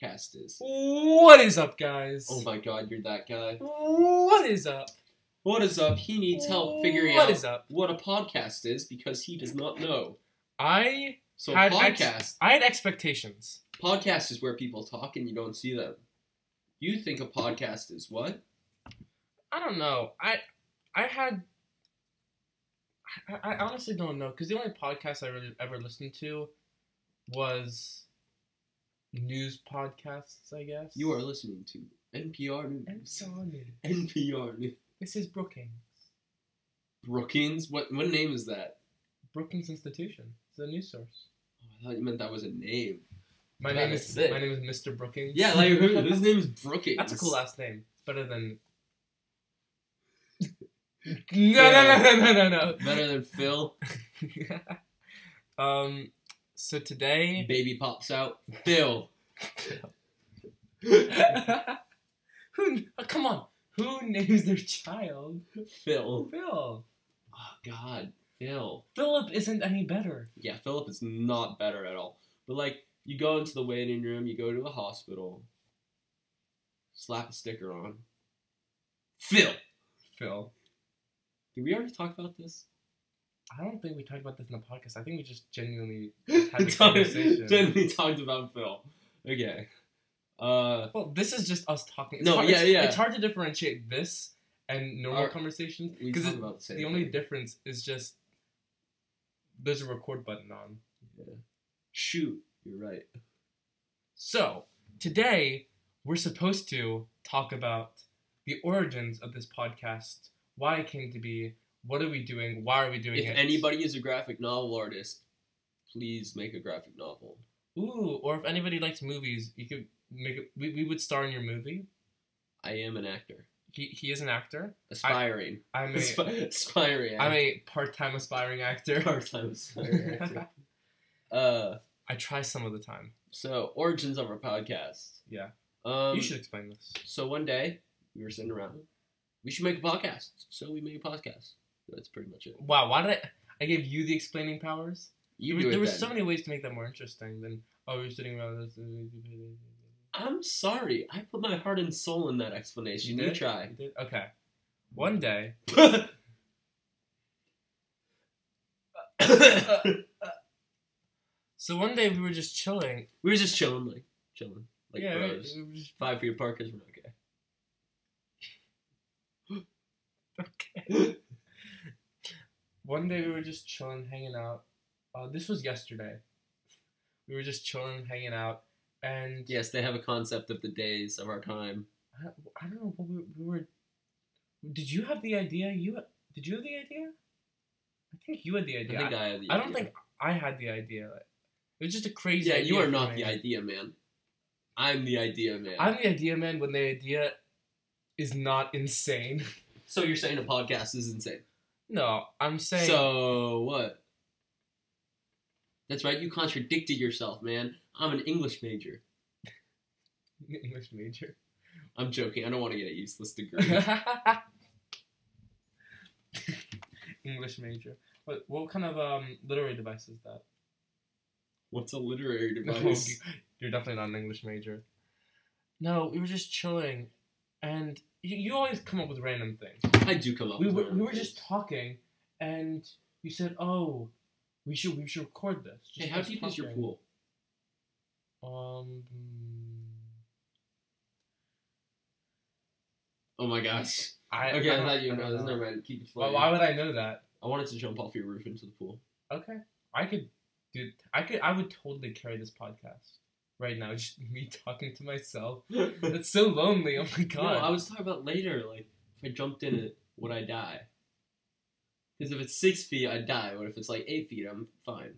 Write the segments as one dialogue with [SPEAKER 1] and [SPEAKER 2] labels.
[SPEAKER 1] Cast is.
[SPEAKER 2] What is up, guys?
[SPEAKER 1] Oh my god, you're that guy.
[SPEAKER 2] What is up?
[SPEAKER 1] What is up? He needs help figuring
[SPEAKER 2] What
[SPEAKER 1] out
[SPEAKER 2] is up?
[SPEAKER 1] what a podcast is because he does not know.
[SPEAKER 2] I
[SPEAKER 1] So
[SPEAKER 2] Had
[SPEAKER 1] podcast
[SPEAKER 2] ex- I had expectations.
[SPEAKER 1] podcast is where people talk and you don't see them. You think a podcast is what?
[SPEAKER 2] I don't know. I I had. I, I honestly don't know because the only podcast I really ever listened to was news podcasts. I guess
[SPEAKER 1] You are listening to NPR
[SPEAKER 2] I'm
[SPEAKER 1] News.
[SPEAKER 2] sorry.
[SPEAKER 1] NPR News.
[SPEAKER 2] This is Brookings,
[SPEAKER 1] Brookings? What what name is that?
[SPEAKER 2] Brookings Institution. It's a news source.
[SPEAKER 1] Oh, I thought you meant that was a name.
[SPEAKER 2] My
[SPEAKER 1] That
[SPEAKER 2] name
[SPEAKER 1] is
[SPEAKER 2] is
[SPEAKER 1] sick.
[SPEAKER 2] my name is Mr. Brookings.
[SPEAKER 1] Yeah, like who, his name is Brookings.
[SPEAKER 2] That's a cool last name. It's better than. no,
[SPEAKER 1] Yeah.
[SPEAKER 2] no, no, no, no,
[SPEAKER 1] Better than Phil.
[SPEAKER 2] no, no. um, so today.
[SPEAKER 1] Baby pops out. Phil.
[SPEAKER 2] who? oh, come on. Who names their child
[SPEAKER 1] Phil.
[SPEAKER 2] Phil?
[SPEAKER 1] Oh God, Phil.
[SPEAKER 2] Philip isn't any better.
[SPEAKER 1] Yeah, Philip is not better at all. But like, you go into the waiting room, you go to the hospital, slap a sticker on. Phil.
[SPEAKER 2] Phil.
[SPEAKER 1] Did we already talk about this?
[SPEAKER 2] I don't think we talked about this in the podcast. I think we just genuinely had the conversation.
[SPEAKER 1] Then we talked about Phil. Okay. Uh,
[SPEAKER 2] well, this is just us talking.
[SPEAKER 1] No,
[SPEAKER 2] hard,
[SPEAKER 1] yeah,
[SPEAKER 2] it's,
[SPEAKER 1] yeah.
[SPEAKER 2] It's hard to differentiate this and normal
[SPEAKER 1] Our-
[SPEAKER 2] conversations
[SPEAKER 1] we
[SPEAKER 2] because
[SPEAKER 1] talked about the same
[SPEAKER 2] the only
[SPEAKER 1] thing.
[SPEAKER 2] difference is just there's a record button on.
[SPEAKER 1] Shoot, you're right.
[SPEAKER 2] So today we're supposed to talk about the origins of this podcast, why it came to be, what are we doing, why are we doing
[SPEAKER 1] If
[SPEAKER 2] it?
[SPEAKER 1] anybody is a graphic novel artist, please make a graphic novel.
[SPEAKER 2] ooh, or if anybody likes movies, you could make it. We, we would star in your movie.
[SPEAKER 1] I am an actor,
[SPEAKER 2] He, he is an actor.
[SPEAKER 1] aspiring,
[SPEAKER 2] I'm a
[SPEAKER 1] Aspi- aspiring.
[SPEAKER 2] I'm a part-time aspiring actor.
[SPEAKER 1] part-time aspiring actor. Uh,
[SPEAKER 2] I try some of the time.
[SPEAKER 1] so origins of our podcast.
[SPEAKER 2] Yeah.
[SPEAKER 1] Um,
[SPEAKER 2] you should explain this.
[SPEAKER 1] So one day we were sitting around. We should make a podcast. So we made a podcast. That's pretty much it.
[SPEAKER 2] Wow, why did I? I gave you the explaining powers.
[SPEAKER 1] You
[SPEAKER 2] there
[SPEAKER 1] do it
[SPEAKER 2] there were
[SPEAKER 1] then.
[SPEAKER 2] so many ways to make that more interesting than oh, you're sitting around. This.
[SPEAKER 1] I'm sorry. I put my heart and soul in that explanation. You, try.
[SPEAKER 2] You did? Okay. One day.
[SPEAKER 1] we
[SPEAKER 2] So one day we were just chilling.
[SPEAKER 1] were just chilling, like chilling, like
[SPEAKER 2] yeah.
[SPEAKER 1] bros.
[SPEAKER 2] we- we were just-
[SPEAKER 1] Five feet apart because we're okay.
[SPEAKER 2] okay. one day we were just chilling, hanging out. Uh, this was yesterday. We were just chilling, hanging out, and
[SPEAKER 1] Yes, they have a concept of the days of our time.
[SPEAKER 2] I, I don't know what we, we were. Did you have the idea? You did you have the idea? I think you had the
[SPEAKER 1] I
[SPEAKER 2] idea.
[SPEAKER 1] think I have the
[SPEAKER 2] I don't
[SPEAKER 1] idea.
[SPEAKER 2] think I had the idea. It was just a crazy.
[SPEAKER 1] Yeah, you
[SPEAKER 2] idea
[SPEAKER 1] are
[SPEAKER 2] for
[SPEAKER 1] not
[SPEAKER 2] me.
[SPEAKER 1] the idea man. I'm the idea man.
[SPEAKER 2] I'm the idea man when the idea is not insane.
[SPEAKER 1] So you're saying a podcast is insane.
[SPEAKER 2] No, I'm saying.
[SPEAKER 1] So what? That's right. You contradicted yourself, man. I'm an English major.
[SPEAKER 2] English major.
[SPEAKER 1] I'm joking. I don't want to get a useless degree.
[SPEAKER 2] English major. What what kind of um literary device is that?
[SPEAKER 1] What's a literary
[SPEAKER 2] No,
[SPEAKER 1] device?
[SPEAKER 2] you're definitely not an English major. No, we were just chilling, and you, you always come up with random things.
[SPEAKER 1] I do come up.
[SPEAKER 2] We
[SPEAKER 1] with
[SPEAKER 2] were,
[SPEAKER 1] my own
[SPEAKER 2] we were
[SPEAKER 1] things.
[SPEAKER 2] just talking, and you said, "Oh, we should we should record this."
[SPEAKER 1] Hey,
[SPEAKER 2] Just
[SPEAKER 1] how
[SPEAKER 2] us
[SPEAKER 1] deep is your
[SPEAKER 2] talking.
[SPEAKER 1] pool?
[SPEAKER 2] Um,
[SPEAKER 1] Oh my gosh.
[SPEAKER 2] I
[SPEAKER 1] Okay, I
[SPEAKER 2] don't-
[SPEAKER 1] thought you
[SPEAKER 2] I don't
[SPEAKER 1] know. this.
[SPEAKER 2] know.
[SPEAKER 1] Never mind. Keep
[SPEAKER 2] Why,
[SPEAKER 1] explaining.
[SPEAKER 2] why would I know that?
[SPEAKER 1] I wanted to jump off your roof into the pool.
[SPEAKER 2] Okay, I could do. I could. I would totally carry this podcast right now. Just me talking to myself.
[SPEAKER 1] no,
[SPEAKER 2] That's so lonely. Oh my god.
[SPEAKER 1] I was talking about later. Like, if I jumped in it, would I die? Because if it's six feet, I'd die. But if it's like eight feet, I'm fine.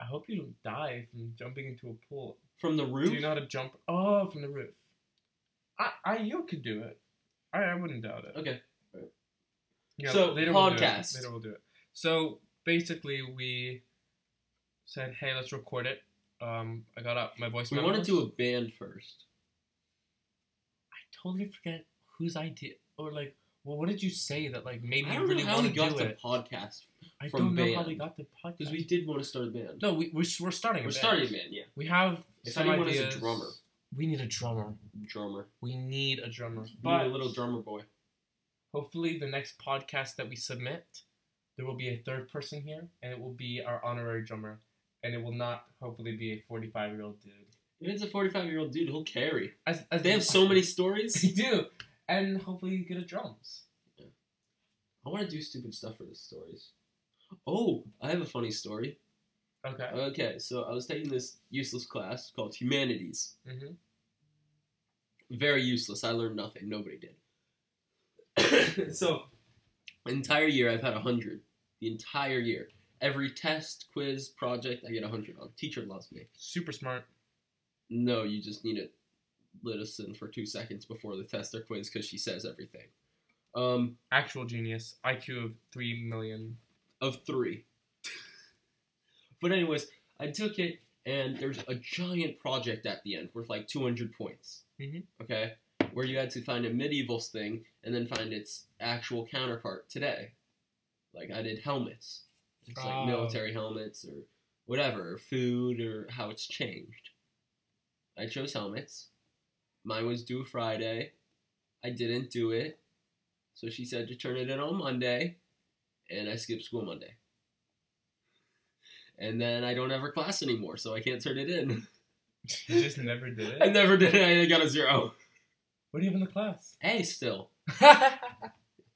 [SPEAKER 2] I hope you don't die from jumping into a pool.
[SPEAKER 1] From the roof?
[SPEAKER 2] Do you know how to jump? Oh, from the roof. I, I, you could do it. I, I wouldn't doubt it.
[SPEAKER 1] Okay.
[SPEAKER 2] Yeah,
[SPEAKER 1] So,
[SPEAKER 2] we'll do it.
[SPEAKER 1] podcast.
[SPEAKER 2] Later we'll do it. So basically, we said, "Hey, let's record it." Um, I got up my voice.
[SPEAKER 1] We want to
[SPEAKER 2] memos.
[SPEAKER 1] do a band first.
[SPEAKER 2] I totally forget whose idea or like. Well, what did you say that like made
[SPEAKER 1] I
[SPEAKER 2] me
[SPEAKER 1] don't
[SPEAKER 2] really
[SPEAKER 1] know how we
[SPEAKER 2] want to
[SPEAKER 1] got
[SPEAKER 2] do
[SPEAKER 1] to
[SPEAKER 2] it?
[SPEAKER 1] podcast
[SPEAKER 2] I
[SPEAKER 1] from
[SPEAKER 2] don't know how
[SPEAKER 1] band.
[SPEAKER 2] we got to podcast.
[SPEAKER 1] because we did want to start a band.
[SPEAKER 2] no, we we're, we're starting. a
[SPEAKER 1] we're
[SPEAKER 2] band.
[SPEAKER 1] starting a band, yeah.
[SPEAKER 2] We have
[SPEAKER 1] If
[SPEAKER 2] some
[SPEAKER 1] anyone is a
[SPEAKER 2] ideas.
[SPEAKER 1] drummer.
[SPEAKER 2] we need a drummer.
[SPEAKER 1] drummer.
[SPEAKER 2] We need a drummer.
[SPEAKER 1] You
[SPEAKER 2] But
[SPEAKER 1] need a little drummer boy.
[SPEAKER 2] hopefully, the next podcast that we submit, there will be a third person here, and it will be our honorary drummer, and it will not hopefully be a forty-five-year-old dude.
[SPEAKER 1] If it's a 45 year old dude, he'll carry.
[SPEAKER 2] As, as
[SPEAKER 1] They have so many
[SPEAKER 2] they
[SPEAKER 1] stories.
[SPEAKER 2] do, and hopefully, you get a drums.
[SPEAKER 1] I want to do stupid stuff for the stories. Oh, I have a funny story.
[SPEAKER 2] Okay.
[SPEAKER 1] Okay, so I was taking this useless class called Humanities.
[SPEAKER 2] Mm-hmm.
[SPEAKER 1] very useless. I learned nothing. Nobody did. so, entire year I've had a hundred. The entire year, every test, quiz, project, I get a hundred on. Teacher loves me.
[SPEAKER 2] Super smart.
[SPEAKER 1] No, you just need to listen for two seconds before the test or quiz because she says everything. Um,
[SPEAKER 2] Actual genius. IQ of three million.
[SPEAKER 1] of three. but anyways, I took it, and there's a giant project at the end worth like 200 points.
[SPEAKER 2] Mhm.
[SPEAKER 1] Okay, where you had to find a medieval thing and then find its actual counterpart today. Like I did helmets, it's
[SPEAKER 2] Oh.
[SPEAKER 1] like military helmets or whatever, or food or how it's changed. I chose helmets. Mine was due Friday. I didn't do it. So she said to turn it in on Monday, and I skipped school Monday. And then I don't have her class anymore, so I can't turn it in.
[SPEAKER 2] You just never did
[SPEAKER 1] I
[SPEAKER 2] it.
[SPEAKER 1] never did it. I got a zero.
[SPEAKER 2] What do you have in the class?
[SPEAKER 1] A still.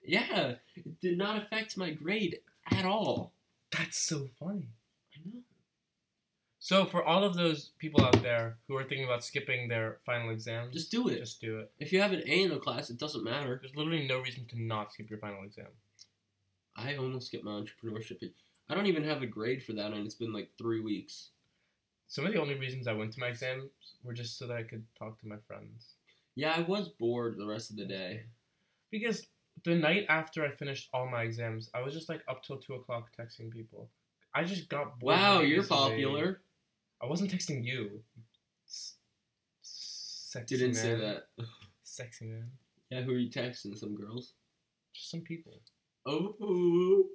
[SPEAKER 1] Yeah, it did not affect my grade at all.
[SPEAKER 2] That's so funny.
[SPEAKER 1] I know.
[SPEAKER 2] So for all of those people out there who are thinking about skipping their final exam,
[SPEAKER 1] Just do it.
[SPEAKER 2] just do it.
[SPEAKER 1] If you have an A in the class, it doesn't matter.
[SPEAKER 2] There's literally no reason to not skip your final exam.
[SPEAKER 1] I almost skipped my entrepreneurship. I don't even have a grade for that, and it's been like three weeks.
[SPEAKER 2] Some of the only reasons I went to my exams were just so that I could talk to my friends.
[SPEAKER 1] Yeah, I was bored the rest of the day.
[SPEAKER 2] Because the night after I finished all my exams, I was just like up till two o'clock texting people. I just got bored.
[SPEAKER 1] Wow,
[SPEAKER 2] really
[SPEAKER 1] you're
[SPEAKER 2] easily.
[SPEAKER 1] popular.
[SPEAKER 2] I wasn't texting you. S- Sexy
[SPEAKER 1] Didn't say
[SPEAKER 2] man.
[SPEAKER 1] that.
[SPEAKER 2] Sexy man.
[SPEAKER 1] Yeah, who are you texting? Some girls?
[SPEAKER 2] Just some people.
[SPEAKER 1] Oh, oh,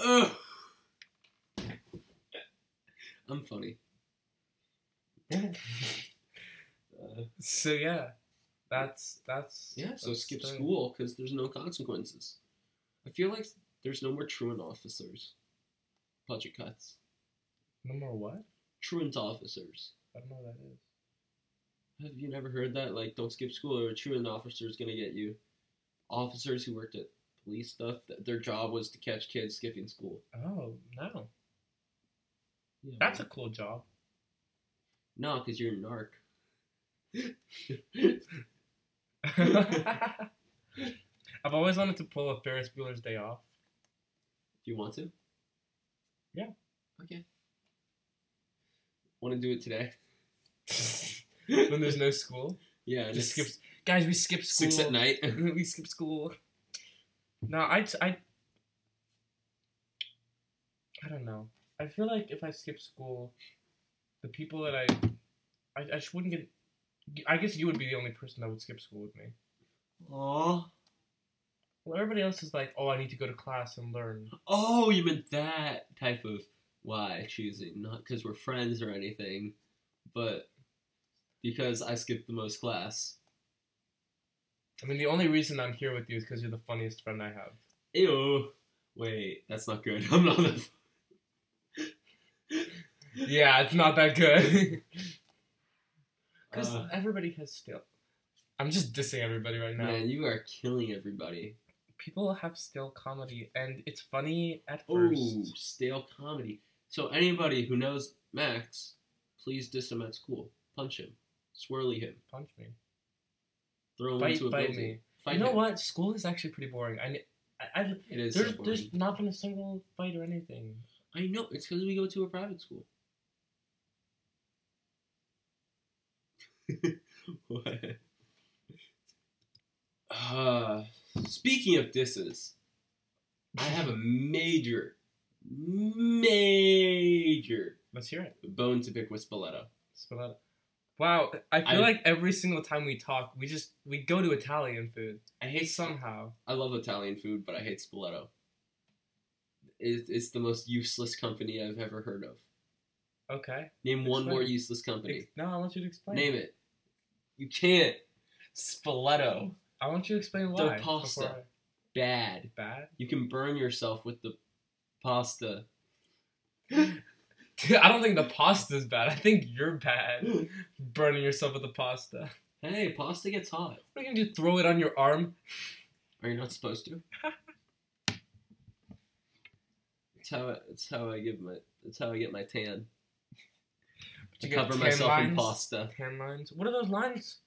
[SPEAKER 1] oh. I'm funny. Uh,
[SPEAKER 2] so yeah, that's that's
[SPEAKER 1] yeah, so
[SPEAKER 2] that's
[SPEAKER 1] skip
[SPEAKER 2] the-
[SPEAKER 1] school because there's no consequences. I feel like there's no more truant officers. Budget cuts.
[SPEAKER 2] No more what?
[SPEAKER 1] Truant officers.
[SPEAKER 2] I don't know what that is.
[SPEAKER 1] Have you never heard that? Like, don't skip school or a truant officer is going to get you. Officers who worked at police stuff, th- their job was to catch kids skipping school.
[SPEAKER 2] Oh no,
[SPEAKER 1] Yeah,
[SPEAKER 2] that's a cool job.
[SPEAKER 1] No, because you're a narc.
[SPEAKER 2] I've always wanted to pull a Ferris Bueller's Day Off.
[SPEAKER 1] Do you want to?
[SPEAKER 2] Yeah.
[SPEAKER 1] Okay. Want to do it today?
[SPEAKER 2] when there's no school,
[SPEAKER 1] Yeah.
[SPEAKER 2] just
[SPEAKER 1] it's
[SPEAKER 2] skip. Guys, we skip school.
[SPEAKER 1] six at night.
[SPEAKER 2] we skip school. No, I, I, I don't know. I feel like if I skip school, the people that I, I, I just wouldn't get. I guess you would be the only person that would skip school with me.
[SPEAKER 1] Aww.
[SPEAKER 2] Well, everybody else is like, oh, I need to go to class and learn.
[SPEAKER 1] Oh, you meant that type of why choosing, not because we're friends or anything, but because I skipped the most class.
[SPEAKER 2] I mean, the only reason I'm here with you is because you're the funniest friend I have.
[SPEAKER 1] Ew. Wait, that's not good. I'm not. That...
[SPEAKER 2] Yeah, it's not that good. Because
[SPEAKER 1] Uh.
[SPEAKER 2] everybody has still. I'm just dissing everybody right now.
[SPEAKER 1] Man, you are killing everybody.
[SPEAKER 2] People have still comedy, and it's funny at first.
[SPEAKER 1] Oh, stale comedy. So anybody who knows Max, please diss him at school. Punch him, swirly him,
[SPEAKER 2] Punch me.
[SPEAKER 1] throw him
[SPEAKER 2] Bite,
[SPEAKER 1] into a
[SPEAKER 2] bite
[SPEAKER 1] building.
[SPEAKER 2] me.
[SPEAKER 1] Fight
[SPEAKER 2] you know
[SPEAKER 1] him.
[SPEAKER 2] what? School is actually pretty boring. I, ne- I, I
[SPEAKER 1] It is.
[SPEAKER 2] there's,
[SPEAKER 1] so boring.
[SPEAKER 2] there's not been a single fight or anything.
[SPEAKER 1] I know it's because we go to a private school. what? Uh, speaking of disses, I have a major, major
[SPEAKER 2] Let's hear it.
[SPEAKER 1] bone to pick with Spoleto.
[SPEAKER 2] Spell it out. Wow, I feel
[SPEAKER 1] I-
[SPEAKER 2] like every single time we talk, we just we go to Italian food
[SPEAKER 1] I hate some.
[SPEAKER 2] somehow.
[SPEAKER 1] I love Italian food, but I hate Spoleto. It, it's the most useless company I've ever heard of.
[SPEAKER 2] Okay.
[SPEAKER 1] Name one
[SPEAKER 2] Explain.
[SPEAKER 1] more useless company.
[SPEAKER 2] Ex- No, I want you to explain.
[SPEAKER 1] Name it. You can't. Spoleto.
[SPEAKER 2] I want you to explain why. before
[SPEAKER 1] pasta.
[SPEAKER 2] I-
[SPEAKER 1] Bad.
[SPEAKER 2] Bad.
[SPEAKER 1] You can burn yourself with the pasta.
[SPEAKER 2] Dude, I don't think the pasta's bad. I think you're bad. Burning yourself with the pasta.
[SPEAKER 1] hey, pasta gets hot.
[SPEAKER 2] What are you gonna do? Throw it on your arm?
[SPEAKER 1] Are you not supposed to? That's how I, that's how I give my that's how I get my tan. To
[SPEAKER 2] You get
[SPEAKER 1] cover
[SPEAKER 2] tan
[SPEAKER 1] myself in
[SPEAKER 2] lines?
[SPEAKER 1] pasta.
[SPEAKER 2] Tan lines. What are those lines?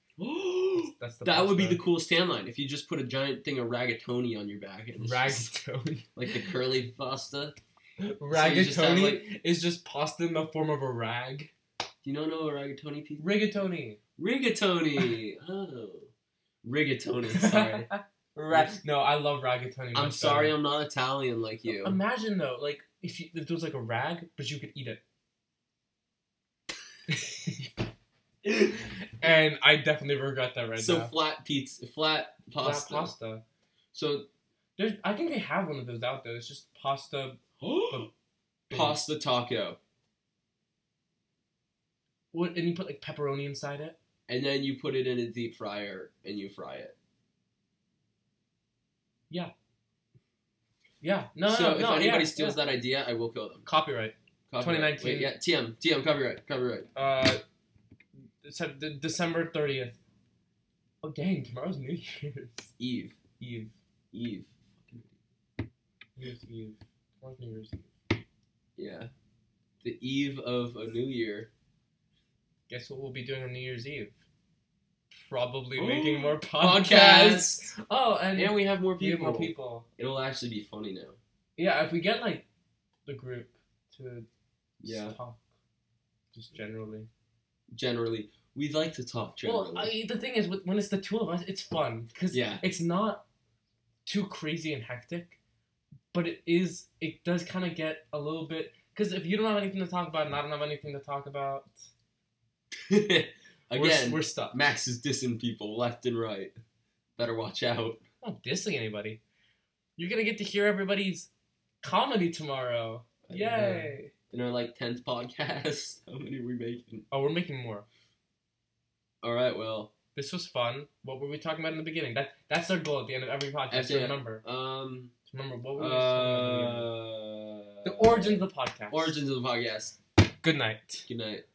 [SPEAKER 2] That's the
[SPEAKER 1] that would be the
[SPEAKER 2] pasta.
[SPEAKER 1] coolest tan line if you just put a giant thing of ragatoni on your back and it's just
[SPEAKER 2] ragatoni.
[SPEAKER 1] like the curly pasta. you
[SPEAKER 2] Ragatoni
[SPEAKER 1] just have,
[SPEAKER 2] is just pasta in the form of a rag.
[SPEAKER 1] Do you not know a ragatoni pizza?
[SPEAKER 2] Rigatoni.
[SPEAKER 1] Rigatoni. oh, rigatoni. Sorry.
[SPEAKER 2] Ra- no, I love ragatoni.
[SPEAKER 1] I'm
[SPEAKER 2] much
[SPEAKER 1] sorry,
[SPEAKER 2] better.
[SPEAKER 1] I'm not Italian like you.
[SPEAKER 2] Imagine though, like if you, if there was like a rag, but you could eat it. and I definitely regret that right
[SPEAKER 1] so
[SPEAKER 2] now.
[SPEAKER 1] flat pizza, flat
[SPEAKER 2] Flat
[SPEAKER 1] pasta.
[SPEAKER 2] pasta.
[SPEAKER 1] So
[SPEAKER 2] There's, I think they have one of those out there. It's just pasta. base.
[SPEAKER 1] pasta taco,
[SPEAKER 2] What, and you put like pepperoni inside it.
[SPEAKER 1] and then you put it in a deep fryer and you fry it.
[SPEAKER 2] Yeah. No.
[SPEAKER 1] so
[SPEAKER 2] no,
[SPEAKER 1] if
[SPEAKER 2] no,
[SPEAKER 1] anybody
[SPEAKER 2] yeah,
[SPEAKER 1] steals
[SPEAKER 2] yeah.
[SPEAKER 1] that idea, I will kill them.
[SPEAKER 2] copyright.
[SPEAKER 1] Copyright.
[SPEAKER 2] 2019.
[SPEAKER 1] Wait, yeah, TM, TM, copyright, copyright.
[SPEAKER 2] Uh, so de- December thirtieth. Oh dang! Tomorrow's New Year's
[SPEAKER 1] Eve,
[SPEAKER 2] Eve.
[SPEAKER 1] Eve.
[SPEAKER 2] New Year's Eve. Tomorrow's New Year's Eve.
[SPEAKER 1] Yeah, the eve of a new year.
[SPEAKER 2] Guess what we'll be doing on New Year's Eve? Probably
[SPEAKER 1] Ooh,
[SPEAKER 2] making more podcasts.
[SPEAKER 1] Podcast.
[SPEAKER 2] Oh, and
[SPEAKER 1] And we have more
[SPEAKER 2] we have
[SPEAKER 1] people.
[SPEAKER 2] more people.
[SPEAKER 1] It'll actually be funny now.
[SPEAKER 2] Yeah, if we get like the group to
[SPEAKER 1] Yeah.
[SPEAKER 2] talk, just generally.
[SPEAKER 1] Generally, we like to talk generally.
[SPEAKER 2] Well, I, the thing is, with- when it's the two of us, it's fun because
[SPEAKER 1] yeah,
[SPEAKER 2] it's not too crazy and hectic, but it is. It does kind of get a little bit because if you don't have anything to talk about and I don't have anything to talk about,
[SPEAKER 1] again,
[SPEAKER 2] we're, s- we're stuck.
[SPEAKER 1] Max is dissing people left and right. Better watch out.
[SPEAKER 2] I'm not dissing anybody. You're gonna get to hear everybody's comedy tomorrow. Yay!
[SPEAKER 1] In our like tenth podcast, how many are we making?
[SPEAKER 2] Oh, we're making more.
[SPEAKER 1] All right, well,
[SPEAKER 2] This was fun. What were we talking about in the beginning? That that's our goal at the end of every podcast.
[SPEAKER 1] After-
[SPEAKER 2] To remember,
[SPEAKER 1] um,
[SPEAKER 2] to remember what
[SPEAKER 1] uh,
[SPEAKER 2] we were talking about. at the beginning. The origins of the podcast.
[SPEAKER 1] origins of the podcast.
[SPEAKER 2] Good night.
[SPEAKER 1] Good night.